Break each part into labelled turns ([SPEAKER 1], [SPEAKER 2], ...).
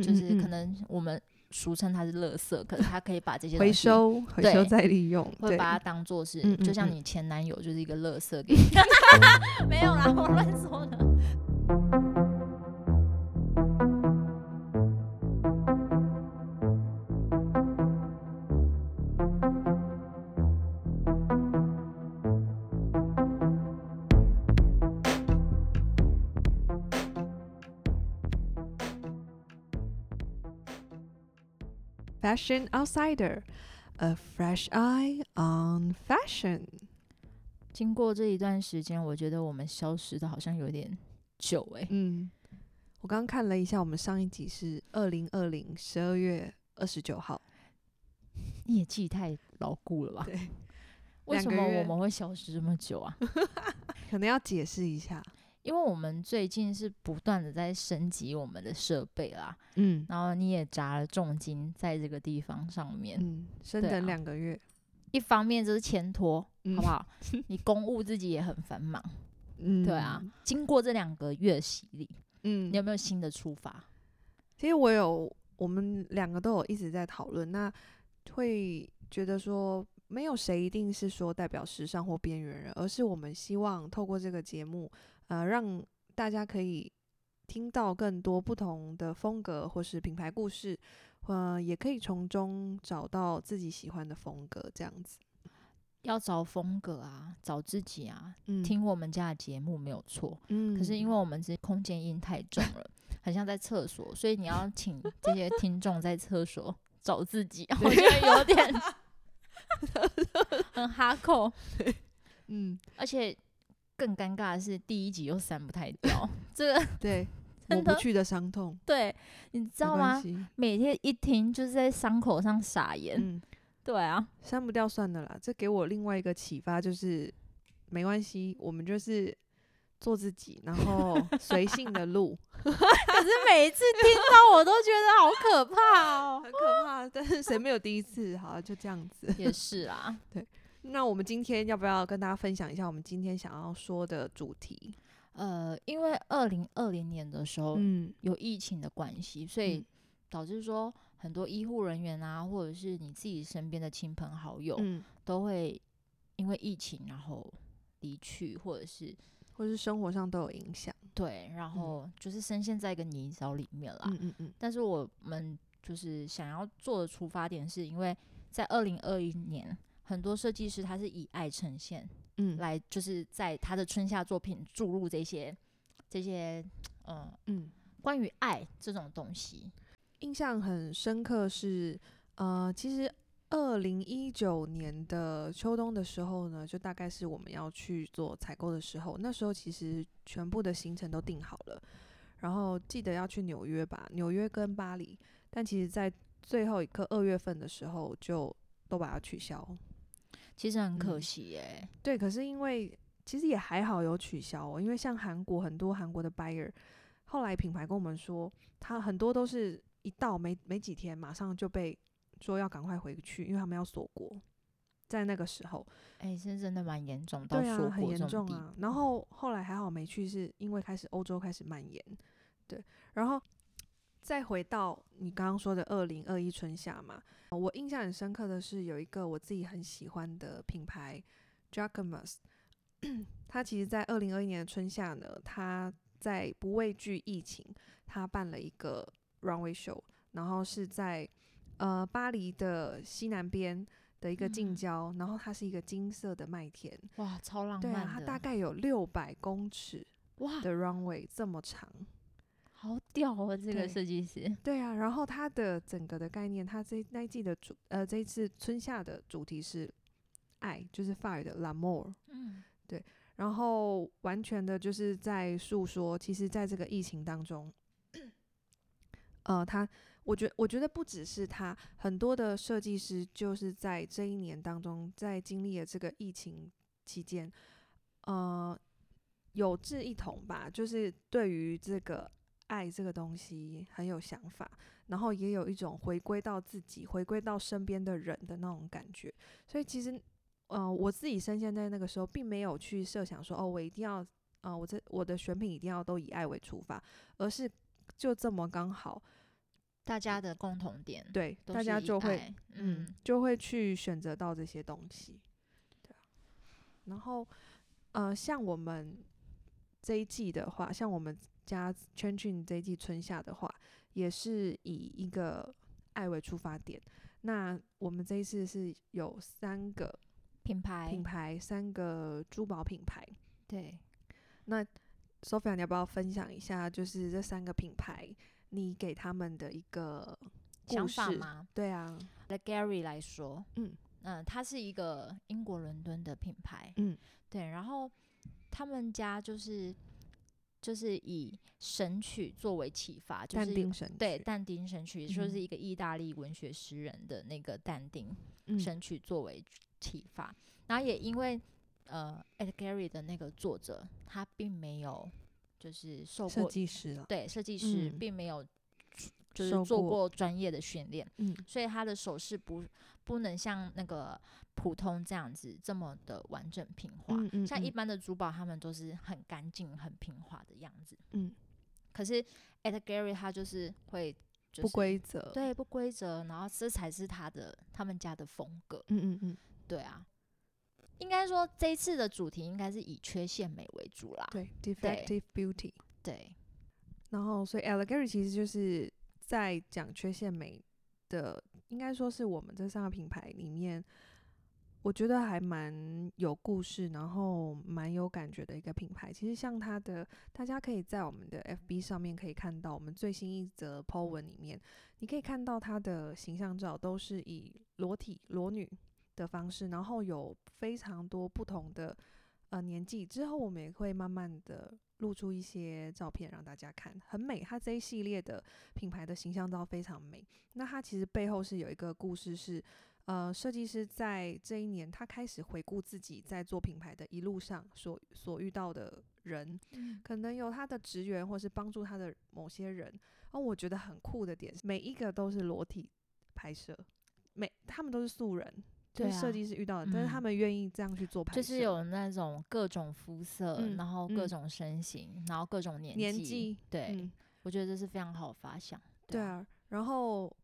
[SPEAKER 1] 嗯
[SPEAKER 2] 就是可能我们俗称它是垃圾，可是它可以把这些东
[SPEAKER 1] 回
[SPEAKER 2] 西
[SPEAKER 1] 收、回
[SPEAKER 2] 对
[SPEAKER 1] 收再利用，
[SPEAKER 2] 会
[SPEAKER 1] 对，
[SPEAKER 2] 把它当做是
[SPEAKER 1] 嗯，嗯
[SPEAKER 2] 就像
[SPEAKER 1] 嗯
[SPEAKER 2] 你前男友就是一个垃圾 给你， 没有啦，我乱说的。
[SPEAKER 1] Fashion Outsider。A fresh eye on fashion。
[SPEAKER 2] 经过这一段时间，我觉得我们消失的好像有点久哎、
[SPEAKER 1] 嗯，我刚刚看了一下，我们上一集是二零二零十二月二十九号，
[SPEAKER 2] 业绩太牢固了吧？
[SPEAKER 1] 对，
[SPEAKER 2] 为什
[SPEAKER 1] 两
[SPEAKER 2] 么
[SPEAKER 1] 个月
[SPEAKER 2] 我们会消失这么久啊？
[SPEAKER 1] 可能要解释一下。
[SPEAKER 2] 因为我们最近是不断的在升级我们的设备啦，
[SPEAKER 1] 嗯
[SPEAKER 2] 然后你也砸了重金在这个地方上面，
[SPEAKER 1] 嗯，升
[SPEAKER 2] 对
[SPEAKER 1] 等
[SPEAKER 2] 啊
[SPEAKER 1] 两个月，
[SPEAKER 2] 一方面就是钱拖，
[SPEAKER 1] 嗯
[SPEAKER 2] 好不好？ 你公务自己也很繁忙，
[SPEAKER 1] 嗯，
[SPEAKER 2] 对啊。经过这两个月洗礼，
[SPEAKER 1] 嗯，
[SPEAKER 2] 你有没有新的出发？
[SPEAKER 1] 其实我有，我们两个都有一直在讨论，那会觉得说，没有谁一定是说代表时尚或边缘人，而是我们希望透过这个节目，呃，让大家可以听到更多不同的风格或是品牌故事，呃，也可以从中找到自己喜欢的风格，这样子。
[SPEAKER 2] 要找风格啊，找自己啊。
[SPEAKER 1] 嗯，
[SPEAKER 2] 听我们家的节目没有错，
[SPEAKER 1] 嗯，
[SPEAKER 2] 可是因为我们这空间音太重了， 很像在厕所，所以你要请这些听众在厕所找自己， 我觉得有点 很哈扣。
[SPEAKER 1] 嗯，
[SPEAKER 2] 而且更尴尬的是，第一集又删不太掉，这个
[SPEAKER 1] 对，抹
[SPEAKER 2] 真
[SPEAKER 1] 不
[SPEAKER 2] 的
[SPEAKER 1] 去的伤痛，
[SPEAKER 2] 对，你知
[SPEAKER 1] 知
[SPEAKER 2] 道吗？嗯每天一听就是在伤口上撒盐，
[SPEAKER 1] 嗯，
[SPEAKER 2] 对啊，
[SPEAKER 1] 删不掉算了啦。这给我另外一个启发，就是没关系，我们就是做自己，然 后随性的录，
[SPEAKER 2] 可是每一次听到我都觉得好可怕哦。
[SPEAKER 1] 很可怕，但是谁没有第一次？好，就这样子。
[SPEAKER 2] 也是啊，
[SPEAKER 1] 那我们今天要不要跟大家分享一下我们今天想要说的主题？
[SPEAKER 2] 呃，因为二零二零年的时候
[SPEAKER 1] 嗯
[SPEAKER 2] 有疫情的关系，所以
[SPEAKER 1] 嗯
[SPEAKER 2] 导致说很多医护人员啊，或者是你自己身边的亲朋好友，
[SPEAKER 1] 嗯，
[SPEAKER 2] 都会因为疫情然后离去，或者是
[SPEAKER 1] 或是生活上都有影响。
[SPEAKER 2] 对，然后就是深陷在一个泥沼里面啦。
[SPEAKER 1] 嗯嗯嗯
[SPEAKER 2] 但是我们就是想要做的出发点，是因为在二零二一年，很多设计师他是以爱呈现，
[SPEAKER 1] 嗯，
[SPEAKER 2] 来就是在他的春夏作品注入这些这些呃
[SPEAKER 1] 嗯，
[SPEAKER 2] 关于爱这种东西。
[SPEAKER 1] 印象很深刻是，呃，其实二零一九年的秋冬的时候呢，就大概是我们要去做采购的时候，那时候其实全部的行程都定好了，然后记得要去纽约吧，纽约跟巴黎，但其实在最后一刻二月份的时候就都把它取消。
[SPEAKER 2] 其实很可
[SPEAKER 1] 嗯
[SPEAKER 2] 惜耶、
[SPEAKER 1] 对，可是因为其实也还好有取消、哦，因为像韩国很多韩国的 buyer，后来品牌跟我们说，他很多都是一到没没几天，马上就被说要赶快回去，因为他们要锁国，在那个时候，
[SPEAKER 2] 哎、是真的蛮严重，到
[SPEAKER 1] 对
[SPEAKER 2] 说
[SPEAKER 1] 啊，很
[SPEAKER 2] 过
[SPEAKER 1] 严
[SPEAKER 2] 这种
[SPEAKER 1] 重
[SPEAKER 2] 地
[SPEAKER 1] 啊。然后后来还好没去，是因为开始欧洲开始蔓延，对，然后。再回到你刚刚说的二零二一春夏嘛，我印象很深刻的是有一个我自己很喜欢的品牌 Jacquemus，他其实，在二零二一年的春夏呢，他在不畏惧疫情，他办了一个 runway show，然后是在呃巴黎的西南边的一个近
[SPEAKER 2] 嗯
[SPEAKER 1] 郊，然后它是一个金色的麦田，
[SPEAKER 2] 哇，超浪
[SPEAKER 1] 对
[SPEAKER 2] 漫的，
[SPEAKER 1] 啊，它大概有六百公尺
[SPEAKER 2] 哇，
[SPEAKER 1] 的 runway 这么长，
[SPEAKER 2] 好屌哦，这
[SPEAKER 1] 对
[SPEAKER 2] 个设 计师，
[SPEAKER 1] 对啊，然后它的整个的概念，它这那一季的主呃这一次春夏的主题是爱，就是法语的 l'amour。
[SPEAKER 2] 嗯，
[SPEAKER 1] 然后完全的就是在诉说，其实在这个疫情当中，呃，他我觉我觉得不只是他，很多的设计师就是在这一年当中，在经历了这个疫情期间，呃，有志一同吧，就是对于这个爱这个东西很有想法，然后也有一种回归到自己、回归到身边的人的那种感觉，所以其实呃，我自己深陷在那个时候，并没有去设想说，哦，我一定要，呃，我这我的选品一定要都以爱为出发，而是就这么刚好
[SPEAKER 2] 大家的共同点，
[SPEAKER 1] 对，
[SPEAKER 2] 都
[SPEAKER 1] 大
[SPEAKER 2] 是
[SPEAKER 1] 家
[SPEAKER 2] 以
[SPEAKER 1] 就会
[SPEAKER 2] 爱，嗯
[SPEAKER 1] 嗯，就会去选择到这些东西，对啊。然后，呃，像我们这一季的话，像我们家圈圈这一季春夏的话，也是以一个爱为出发点。那我们这一次是有三个
[SPEAKER 2] 品牌，
[SPEAKER 1] 品牌，三个珠宝品牌。
[SPEAKER 2] 对，
[SPEAKER 1] 那 Sophia，你要不要分享一下，就是这三个品牌，你给他们的一个故
[SPEAKER 2] 想法
[SPEAKER 1] 事
[SPEAKER 2] 吗？
[SPEAKER 1] 对啊，
[SPEAKER 2] 对 Gary 来说，
[SPEAKER 1] 嗯
[SPEAKER 2] 嗯，它是一个英国伦敦的品牌，
[SPEAKER 1] 嗯，
[SPEAKER 2] 对，然后他们家就是就是以神曲作为启发，就
[SPEAKER 1] 淡
[SPEAKER 2] 是
[SPEAKER 1] 定神曲
[SPEAKER 2] 对，但丁神曲，就是
[SPEAKER 1] 嗯
[SPEAKER 2] 一个意大利文学诗人的那个但丁
[SPEAKER 1] 嗯
[SPEAKER 2] 神曲作为启发。然后也因为呃 e d Gary 的那个作者，他并没有就是受
[SPEAKER 1] 设
[SPEAKER 2] 过
[SPEAKER 1] 计师了，
[SPEAKER 2] 对设计师，
[SPEAKER 1] 嗯
[SPEAKER 2] 并没有就是
[SPEAKER 1] 受
[SPEAKER 2] 做
[SPEAKER 1] 过
[SPEAKER 2] 过专业的训练，
[SPEAKER 1] 嗯
[SPEAKER 2] 所以他的手势不不能像那个普通这样子这么的完整平滑。
[SPEAKER 1] 嗯嗯
[SPEAKER 2] 像一
[SPEAKER 1] 嗯
[SPEAKER 2] 般的珠宝，他们都是很干净、很平滑的样子。
[SPEAKER 1] 嗯
[SPEAKER 2] 可是 at Gary 他就是会、就是、
[SPEAKER 1] 不规则，，
[SPEAKER 2] 对不规则，然后这才是他的他们家的风格。
[SPEAKER 1] 嗯嗯嗯，
[SPEAKER 2] 对啊，应该说这一次的主题应该是以缺陷美为主啦。
[SPEAKER 1] 对，defective beauty。
[SPEAKER 2] 对
[SPEAKER 1] 然后，所以 allegory 其实就是在讲缺陷美的，应该说是我们这三个品牌里面，我觉得还蛮有故事，然后蛮有感觉的一个品牌。其实像它的，大家可以在我们的 FB 上面可以看到，我们最新一则 po 文里面，你可以看到它的形象照都是以裸体裸女的方式，然后有非常多不同的呃年纪之后，我们也会慢慢的露出一些照片让大家看，很美。它这一系列的品牌的形象照非常美。那它其实背后是有一个故事是，呃，设计师在这一年他开始回顾自己在做品牌的一路上所所遇到的人，可能有他的职员或是帮助他的某些人。而我觉得很酷的点，每一个都是裸体拍摄，每他们都是素人。就
[SPEAKER 2] 对
[SPEAKER 1] 是设
[SPEAKER 2] 啊
[SPEAKER 1] 计师遇到的，但是他
[SPEAKER 2] 嗯
[SPEAKER 1] 们愿意这样去做拍摄，
[SPEAKER 2] 就是有那种各种肤色，
[SPEAKER 1] 嗯
[SPEAKER 2] 然后各
[SPEAKER 1] 嗯
[SPEAKER 2] 种身形，然后各种年纪。
[SPEAKER 1] 年纪，
[SPEAKER 2] 对、
[SPEAKER 1] 嗯，
[SPEAKER 2] 我觉得这是非常好的发想。
[SPEAKER 1] 对
[SPEAKER 2] 啊，
[SPEAKER 1] 啊，然后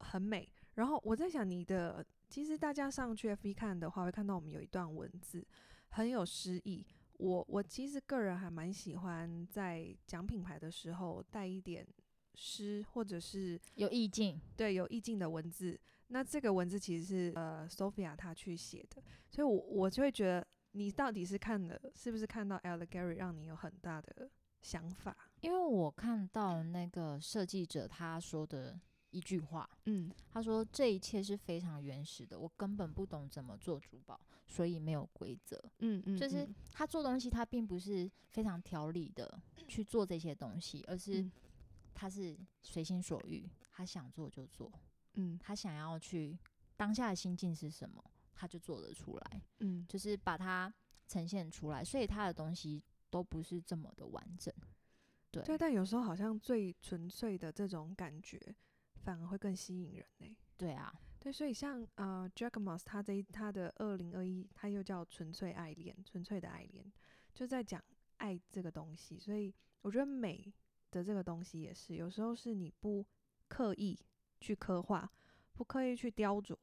[SPEAKER 1] 很美。然后我在想，你的其实大家上去 F 一看的话，会看到我们有一段文字很有诗意。我我其实个人还蛮喜欢在讲品牌的时候带一点诗，或者是
[SPEAKER 2] 有意境。
[SPEAKER 1] 对有意境的文字。那这个文字其实是呃 Sophia 她去写的，所以我我就会觉得你到底是看了是不是看到 Allegory 让你有很大的想法？
[SPEAKER 2] 因为我看到那个设计者他说的一句话，
[SPEAKER 1] 嗯
[SPEAKER 2] 他说这一切是非常原始的，我根本不懂怎么做珠宝，所以没有规则。
[SPEAKER 1] 嗯嗯，
[SPEAKER 2] 就是
[SPEAKER 1] 嗯
[SPEAKER 2] 他做东西，他并不是非常条理 的去做这些东西，而是
[SPEAKER 1] 嗯
[SPEAKER 2] 他是随心所欲，他想做就做，
[SPEAKER 1] 嗯
[SPEAKER 2] 他想要去当下的心境是什么，他就做得出来，
[SPEAKER 1] 嗯
[SPEAKER 2] 就是把它呈现出来，所以他的东西都不是这么的完整。对，
[SPEAKER 1] 对，但有时候好像最纯粹的这种感觉，反而会更吸引人呢、
[SPEAKER 2] 对啊，
[SPEAKER 1] 对，所以像呃 j a c k m o s 他这一他的二零二一，他又叫纯粹爱恋，纯粹的爱恋，就在讲爱这个东西。所以我觉得美的这个东西也是，有时候是你不刻意去刻画，不刻意去雕琢，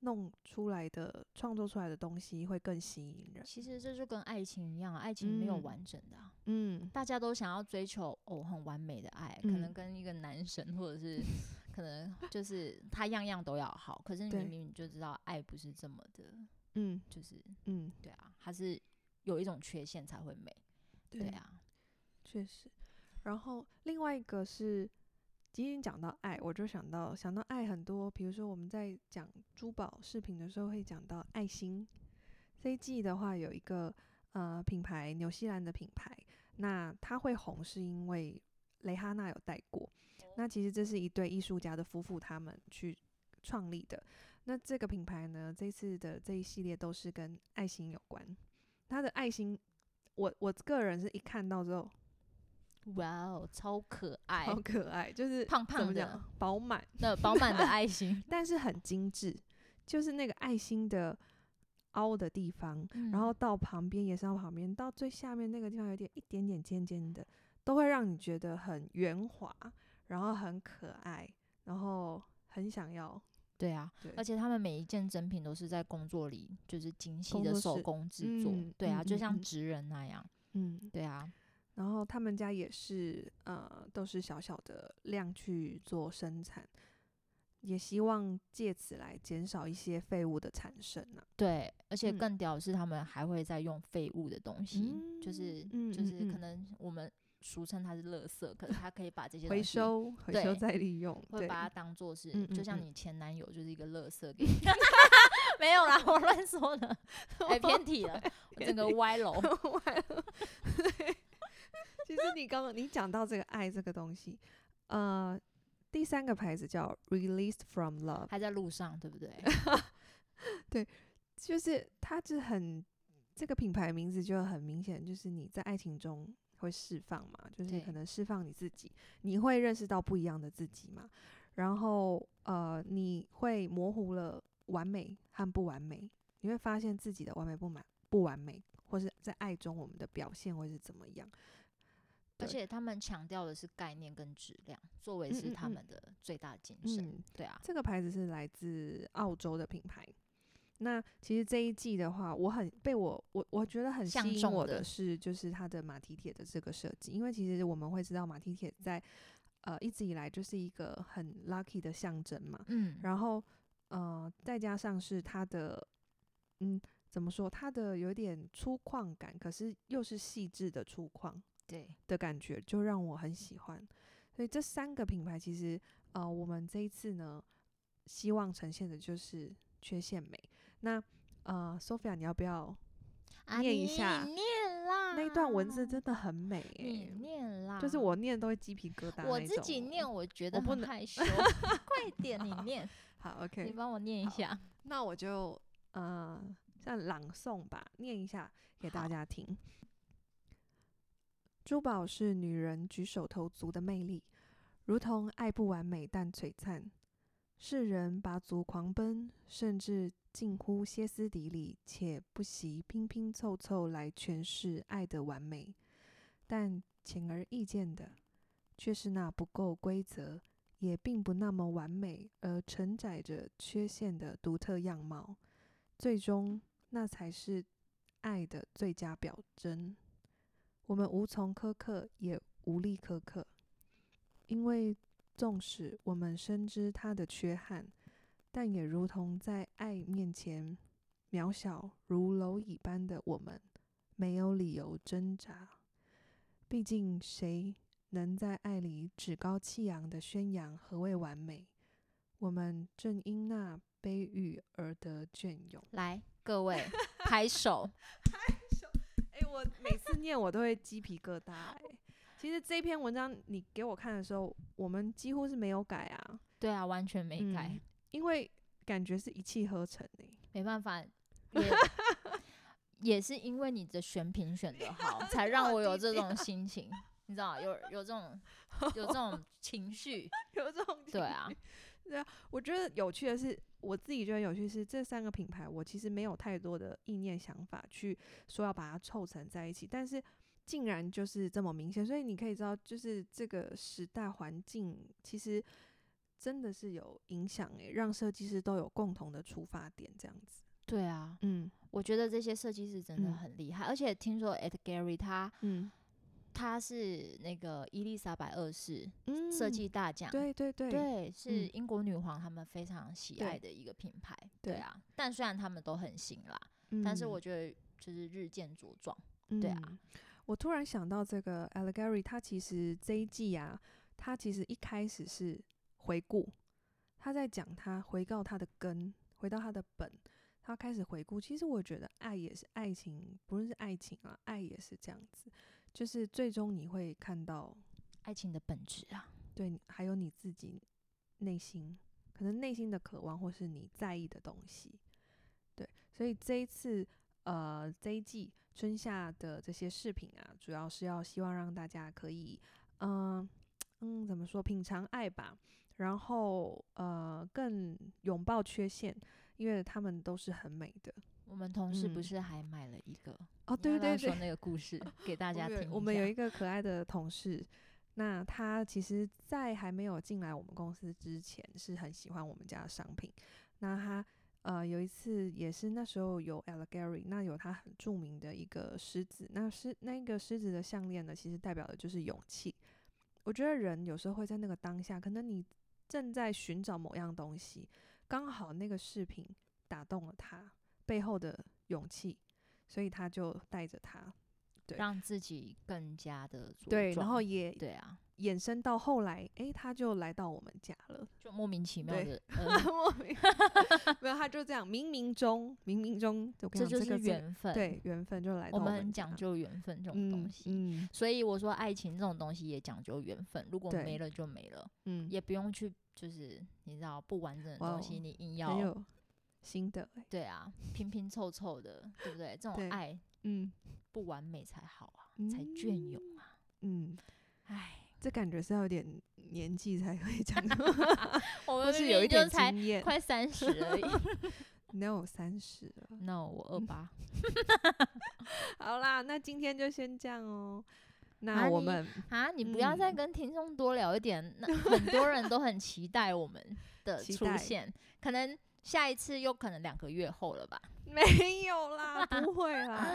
[SPEAKER 1] 弄出来的创作出来的东西会更吸引人。
[SPEAKER 2] 其实这就跟爱情一样啊，爱情没有
[SPEAKER 1] 嗯
[SPEAKER 2] 完整的、啊。
[SPEAKER 1] 嗯，
[SPEAKER 2] 大家都想要追求哦很完美的爱，可能
[SPEAKER 1] 嗯
[SPEAKER 2] 跟一个男神或者是可能就是他样样都要好，可是你
[SPEAKER 1] 对
[SPEAKER 2] 明明就知道爱不是这么的，
[SPEAKER 1] 嗯
[SPEAKER 2] 就是
[SPEAKER 1] 嗯，
[SPEAKER 2] 对啊，它是有一种缺陷才会美，对啊，
[SPEAKER 1] 确实。然后另外一个是，今天讲到爱，我就想到想到爱很多，比如说我们在讲珠宝饰品的时候会讲到爱心。这一季的话有一个呃品牌，纽西兰的品牌，那它会红是因为蕾哈娜有带过。那其实这是一对艺术家的夫妇他们去创立的。那这个品牌呢，这次的这一系列都是跟爱心有关。它的爱心，我我个人是一看到之后，
[SPEAKER 2] 哇哦，超可爱
[SPEAKER 1] 好，可爱，就是
[SPEAKER 2] 胖
[SPEAKER 1] 怎么
[SPEAKER 2] 胖的
[SPEAKER 1] 讲饱满，，
[SPEAKER 2] 那饱满的爱 心
[SPEAKER 1] 但是很精致，就是那个爱心的凹的地方，
[SPEAKER 2] 嗯
[SPEAKER 1] 然后到旁边也是到旁边，到最下面那个地方有点一点点尖尖的，都会让你觉得很圆滑，然后很可爱，然后很想要，
[SPEAKER 2] 对啊，
[SPEAKER 1] 对，
[SPEAKER 2] 而且他们每一件珍品都是在工作里，就是精细的
[SPEAKER 1] 工作
[SPEAKER 2] 手
[SPEAKER 1] 室
[SPEAKER 2] 工制作，
[SPEAKER 1] 嗯
[SPEAKER 2] 对啊，
[SPEAKER 1] 嗯
[SPEAKER 2] 就
[SPEAKER 1] 嗯
[SPEAKER 2] 像
[SPEAKER 1] 嗯
[SPEAKER 2] 职人那样，
[SPEAKER 1] 嗯，
[SPEAKER 2] 对啊，
[SPEAKER 1] 然后他们家也是呃，都是小小的量去做生产，也希望借此来减少一些废物的产生啊。
[SPEAKER 2] 对，而且
[SPEAKER 1] 嗯
[SPEAKER 2] 更屌的是，他们还会再用废物的东西，就是
[SPEAKER 1] 嗯
[SPEAKER 2] 就
[SPEAKER 1] 嗯
[SPEAKER 2] 是可
[SPEAKER 1] 嗯
[SPEAKER 2] 能我们俗称它是垃圾，可是它可以把这些
[SPEAKER 1] 回
[SPEAKER 2] 东西，
[SPEAKER 1] 收、回收
[SPEAKER 2] 对
[SPEAKER 1] 再利用，
[SPEAKER 2] 会
[SPEAKER 1] 对
[SPEAKER 2] 把它当做是，
[SPEAKER 1] 嗯
[SPEAKER 2] 就
[SPEAKER 1] 嗯
[SPEAKER 2] 像
[SPEAKER 1] 嗯
[SPEAKER 2] 你前男友就是一个垃圾给你。 没有啦，我乱说 的，哎、偏题了，我整个
[SPEAKER 1] 偏题
[SPEAKER 2] 歪楼。
[SPEAKER 1] 完了。对，其实你刚刚你讲到这个爱这个东西，呃，第三个牌子叫 Released from Love，
[SPEAKER 2] 还在路上，对不对？
[SPEAKER 1] 就是它是很这个品牌名字就很明显，就是你在爱情中会释放嘛，就是
[SPEAKER 2] 对
[SPEAKER 1] 可能释放你自己，你会认识到不一样的自己嘛，然后呃，你会模糊了完美和不完美，你会发现自己的完美不满不完美，或是在爱中我们的表现会是怎么样。
[SPEAKER 2] 而
[SPEAKER 1] 对
[SPEAKER 2] 且他们强调的是概念跟质量，作为是
[SPEAKER 1] 嗯
[SPEAKER 2] 他
[SPEAKER 1] 嗯
[SPEAKER 2] 们的最大精神。
[SPEAKER 1] 嗯，
[SPEAKER 2] 对啊，
[SPEAKER 1] 这个牌子是来自澳洲的品牌。那其实这一季的话，我很被我我我觉得很
[SPEAKER 2] 相
[SPEAKER 1] 吸引
[SPEAKER 2] 中
[SPEAKER 1] 我
[SPEAKER 2] 的
[SPEAKER 1] 的是，就是它的马蹄铁的这个设计，因为其实我们会知道马蹄铁在呃一直以来就是一个很 lucky 的象征嘛，
[SPEAKER 2] 嗯，
[SPEAKER 1] 然后呃再加上是它的嗯怎么说，它的有点粗犷感，可是又是细致的粗犷，
[SPEAKER 2] 对，
[SPEAKER 1] 的感觉，就让我很喜欢。所以这三个品牌其实，呃，我们这一次呢，希望呈现的就是缺陷美。那呃，Sophia，你要不要？
[SPEAKER 2] 啊
[SPEAKER 1] 念一
[SPEAKER 2] 你
[SPEAKER 1] 下
[SPEAKER 2] 念啦，
[SPEAKER 1] 那一段文字真的很美、
[SPEAKER 2] 嗯你
[SPEAKER 1] 欸，
[SPEAKER 2] 念啦，
[SPEAKER 1] 就是我念都会鸡皮疙瘩那种。
[SPEAKER 2] 我自己念，我觉得
[SPEAKER 1] 我不
[SPEAKER 2] 很
[SPEAKER 1] 能
[SPEAKER 2] 害 羞，快点你
[SPEAKER 1] 好
[SPEAKER 2] 念，
[SPEAKER 1] 好
[SPEAKER 2] 你
[SPEAKER 1] ，OK，
[SPEAKER 2] 帮我念一
[SPEAKER 1] 好
[SPEAKER 2] 下。
[SPEAKER 1] 那我就呃，像朗诵吧，念一下给大
[SPEAKER 2] 好
[SPEAKER 1] 家听。珠宝是女人举手投足的魅力，如同爱不完美但璀璨。世人拔足狂奔，甚至近乎歇斯底里，且不惜拼拼凑凑来诠释爱的完美。但显而易见的，却是那不够规则，也并不那么完美，而承载着缺陷的独特样貌。最终，那才是爱的最佳表征。我们无从苛刻，也无力苛刻，因为纵使我们深知它的缺憾，但也如同在爱面前渺小如蝼蚁般的我们，没有理由挣扎。毕竟，谁能在爱里趾高气扬地宣扬何谓完美？我们正因那悲郁而得隽永。
[SPEAKER 2] 来，各位 拍手，
[SPEAKER 1] 哎、我每次念我都会鸡皮疙瘩、哎，其实这篇文章你给我看的时候，我们几乎是没有改啊，
[SPEAKER 2] 对啊，完全没改，
[SPEAKER 1] 嗯因为感觉是一气呵成 哎、
[SPEAKER 2] 没 办法，也也是因为你的选品选得好，才 让我有这种
[SPEAKER 1] 啊
[SPEAKER 2] 心情，你知道，有有这种有 这种情绪，
[SPEAKER 1] 有这种
[SPEAKER 2] 对啊，
[SPEAKER 1] 我觉得有趣的是，我自己觉得有趣是这三个品牌，我其实没有太多的意念想法去说要把它凑成在一起，但是竟然就是这么明显，所以你可以知道，就是这个时代环境其实真的是有影响诶、让设计师都有共同的出发点这样子。
[SPEAKER 2] 对啊，
[SPEAKER 1] 嗯
[SPEAKER 2] 我觉得这些设计师真的
[SPEAKER 1] 嗯
[SPEAKER 2] 很厉害，而且听说 Ed Gary 他
[SPEAKER 1] 嗯
[SPEAKER 2] 他是那个伊丽莎白二世
[SPEAKER 1] 嗯
[SPEAKER 2] 设计大奖，
[SPEAKER 1] 对对对
[SPEAKER 2] 对，是
[SPEAKER 1] 嗯
[SPEAKER 2] 英国女皇他们非常喜
[SPEAKER 1] 对
[SPEAKER 2] 爱的一个品牌，对
[SPEAKER 1] 对
[SPEAKER 2] 啊。但虽然他们都很新啦，但是
[SPEAKER 1] 嗯
[SPEAKER 2] 我觉得就是日渐茁壮。对啊
[SPEAKER 1] 嗯我突然想到这个 Allegory，他其实这一季啊，他其实一开始是回顾，他在讲他回到他的根，回到他的本，他开始回顾。其实我觉得爱也是爱情，不论是爱情啊，爱也是这样子，就是最终你会看到，
[SPEAKER 2] 爱情的本质啊，
[SPEAKER 1] 对，你还有你自己内心可能内心的渴望，或是你在意的东西。对，所以这一次呃这一季春夏的这些饰品啊，主要是要希望让大家可以嗯、呃嗯怎么说品尝爱吧，然后呃更拥抱缺陷，因为他们都是很美的
[SPEAKER 2] 我们同事不
[SPEAKER 1] 嗯
[SPEAKER 2] 是还买了一个？
[SPEAKER 1] 哦。
[SPEAKER 2] 你要
[SPEAKER 1] 对
[SPEAKER 2] 不要
[SPEAKER 1] 对对
[SPEAKER 2] 说，那个故事给大
[SPEAKER 1] 我
[SPEAKER 2] 家
[SPEAKER 1] 们有
[SPEAKER 2] 听一
[SPEAKER 1] 我们有
[SPEAKER 2] 下
[SPEAKER 1] 一个可爱的同事，那他其实，在还没有进来我们公司之前，是很喜欢我们家的商品。那他呃有一次也是那时候有 Allegory，那有他很著名的一个狮子，那狮那个狮子的项链呢，其实代表的就是勇气。我觉得人有时候会在那个当下，可能你正在寻找某样东西，刚好那个饰品打动了他背后的勇气，所以他就带着它。对
[SPEAKER 2] 让自己更加的茁壮。
[SPEAKER 1] 对，然后也
[SPEAKER 2] 对啊，
[SPEAKER 1] 衍生到后来，诶，他就来到我们家 了。
[SPEAKER 2] 就莫名其妙
[SPEAKER 1] 对
[SPEAKER 2] 的， 呃
[SPEAKER 1] 莫名没有，他就这样，冥冥中，冥冥中，我跟
[SPEAKER 2] 这
[SPEAKER 1] 你讲
[SPEAKER 2] 就是
[SPEAKER 1] 个
[SPEAKER 2] 缘分。
[SPEAKER 1] 这个对，缘分就来到
[SPEAKER 2] 我们
[SPEAKER 1] 们
[SPEAKER 2] 很
[SPEAKER 1] 家
[SPEAKER 2] 讲究缘分这种
[SPEAKER 1] 嗯
[SPEAKER 2] 东西。
[SPEAKER 1] 嗯
[SPEAKER 2] 所以我说，爱情这种东西也讲究缘分，如果
[SPEAKER 1] 对
[SPEAKER 2] 没了就没了，
[SPEAKER 1] 嗯，
[SPEAKER 2] 也不用去就是你知道不完整的
[SPEAKER 1] 哇
[SPEAKER 2] 东西，
[SPEAKER 1] 哦
[SPEAKER 2] 你硬
[SPEAKER 1] 很
[SPEAKER 2] 要
[SPEAKER 1] 有心得欸，
[SPEAKER 2] 对啊，拼拼凑凑的，对不对？这
[SPEAKER 1] 对
[SPEAKER 2] 种爱
[SPEAKER 1] 嗯
[SPEAKER 2] 不完美才好啊，才隽永啊。
[SPEAKER 1] 嗯，
[SPEAKER 2] 唉，
[SPEAKER 1] 这感觉是要有点年纪才会 讲，
[SPEAKER 2] 我
[SPEAKER 1] 或
[SPEAKER 2] 们
[SPEAKER 1] 是
[SPEAKER 2] 明
[SPEAKER 1] 有一
[SPEAKER 2] 明就
[SPEAKER 1] 点
[SPEAKER 2] 才
[SPEAKER 1] 经验。
[SPEAKER 2] 快三十 而已。
[SPEAKER 1] no，三十了。
[SPEAKER 2] 那我二八，
[SPEAKER 1] 嗯好啦，那今天就先这样哦。
[SPEAKER 2] 啊
[SPEAKER 1] 那我
[SPEAKER 2] 你
[SPEAKER 1] 们
[SPEAKER 2] 啊，你不要再
[SPEAKER 1] 嗯
[SPEAKER 2] 跟听众多聊一点，那 很多人都很期待我们的
[SPEAKER 1] 期
[SPEAKER 2] 出
[SPEAKER 1] 待
[SPEAKER 2] 现，可能下一次又可能两个月后了吧。
[SPEAKER 1] 没有啦， 不会啦。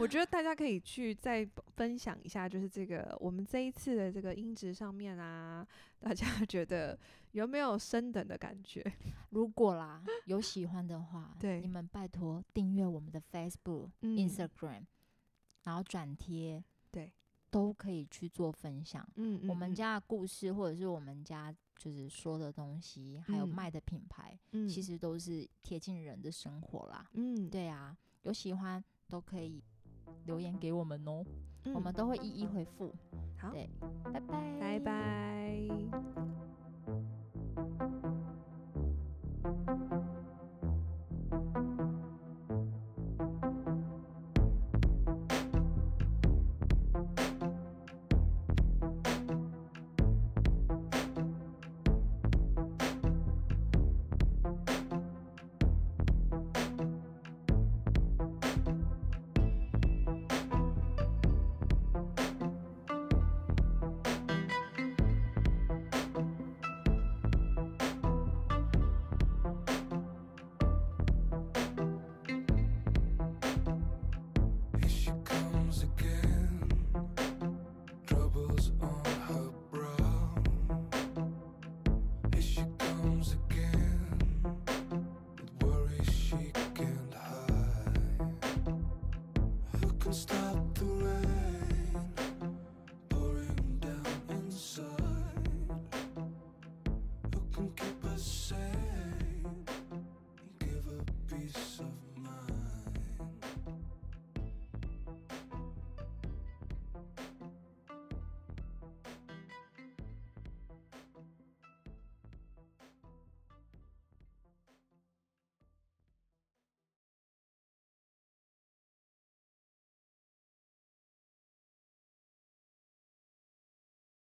[SPEAKER 1] 我觉得大家可以去再分享一下，就是这个我们这一次的这个音质上面啊，大家觉得有没有升等的感觉？
[SPEAKER 2] 如果啦有喜欢的话，
[SPEAKER 1] 对
[SPEAKER 2] 你们拜托订阅我们的 Facebook、
[SPEAKER 1] 嗯
[SPEAKER 2] Instagram，然后转贴，
[SPEAKER 1] 对，
[SPEAKER 2] 都可以去做分享。
[SPEAKER 1] 嗯
[SPEAKER 2] 我们家的故事，或者是我们家就是说的东西，还有
[SPEAKER 1] 嗯
[SPEAKER 2] 卖的品牌，其实都是贴近人的生活啦。
[SPEAKER 1] 嗯，
[SPEAKER 2] 对啊，有喜欢都可以留言给我们哦，
[SPEAKER 1] 嗯
[SPEAKER 2] 我们都会一一回复。
[SPEAKER 1] 好
[SPEAKER 2] 对，拜拜，
[SPEAKER 1] 拜。拜。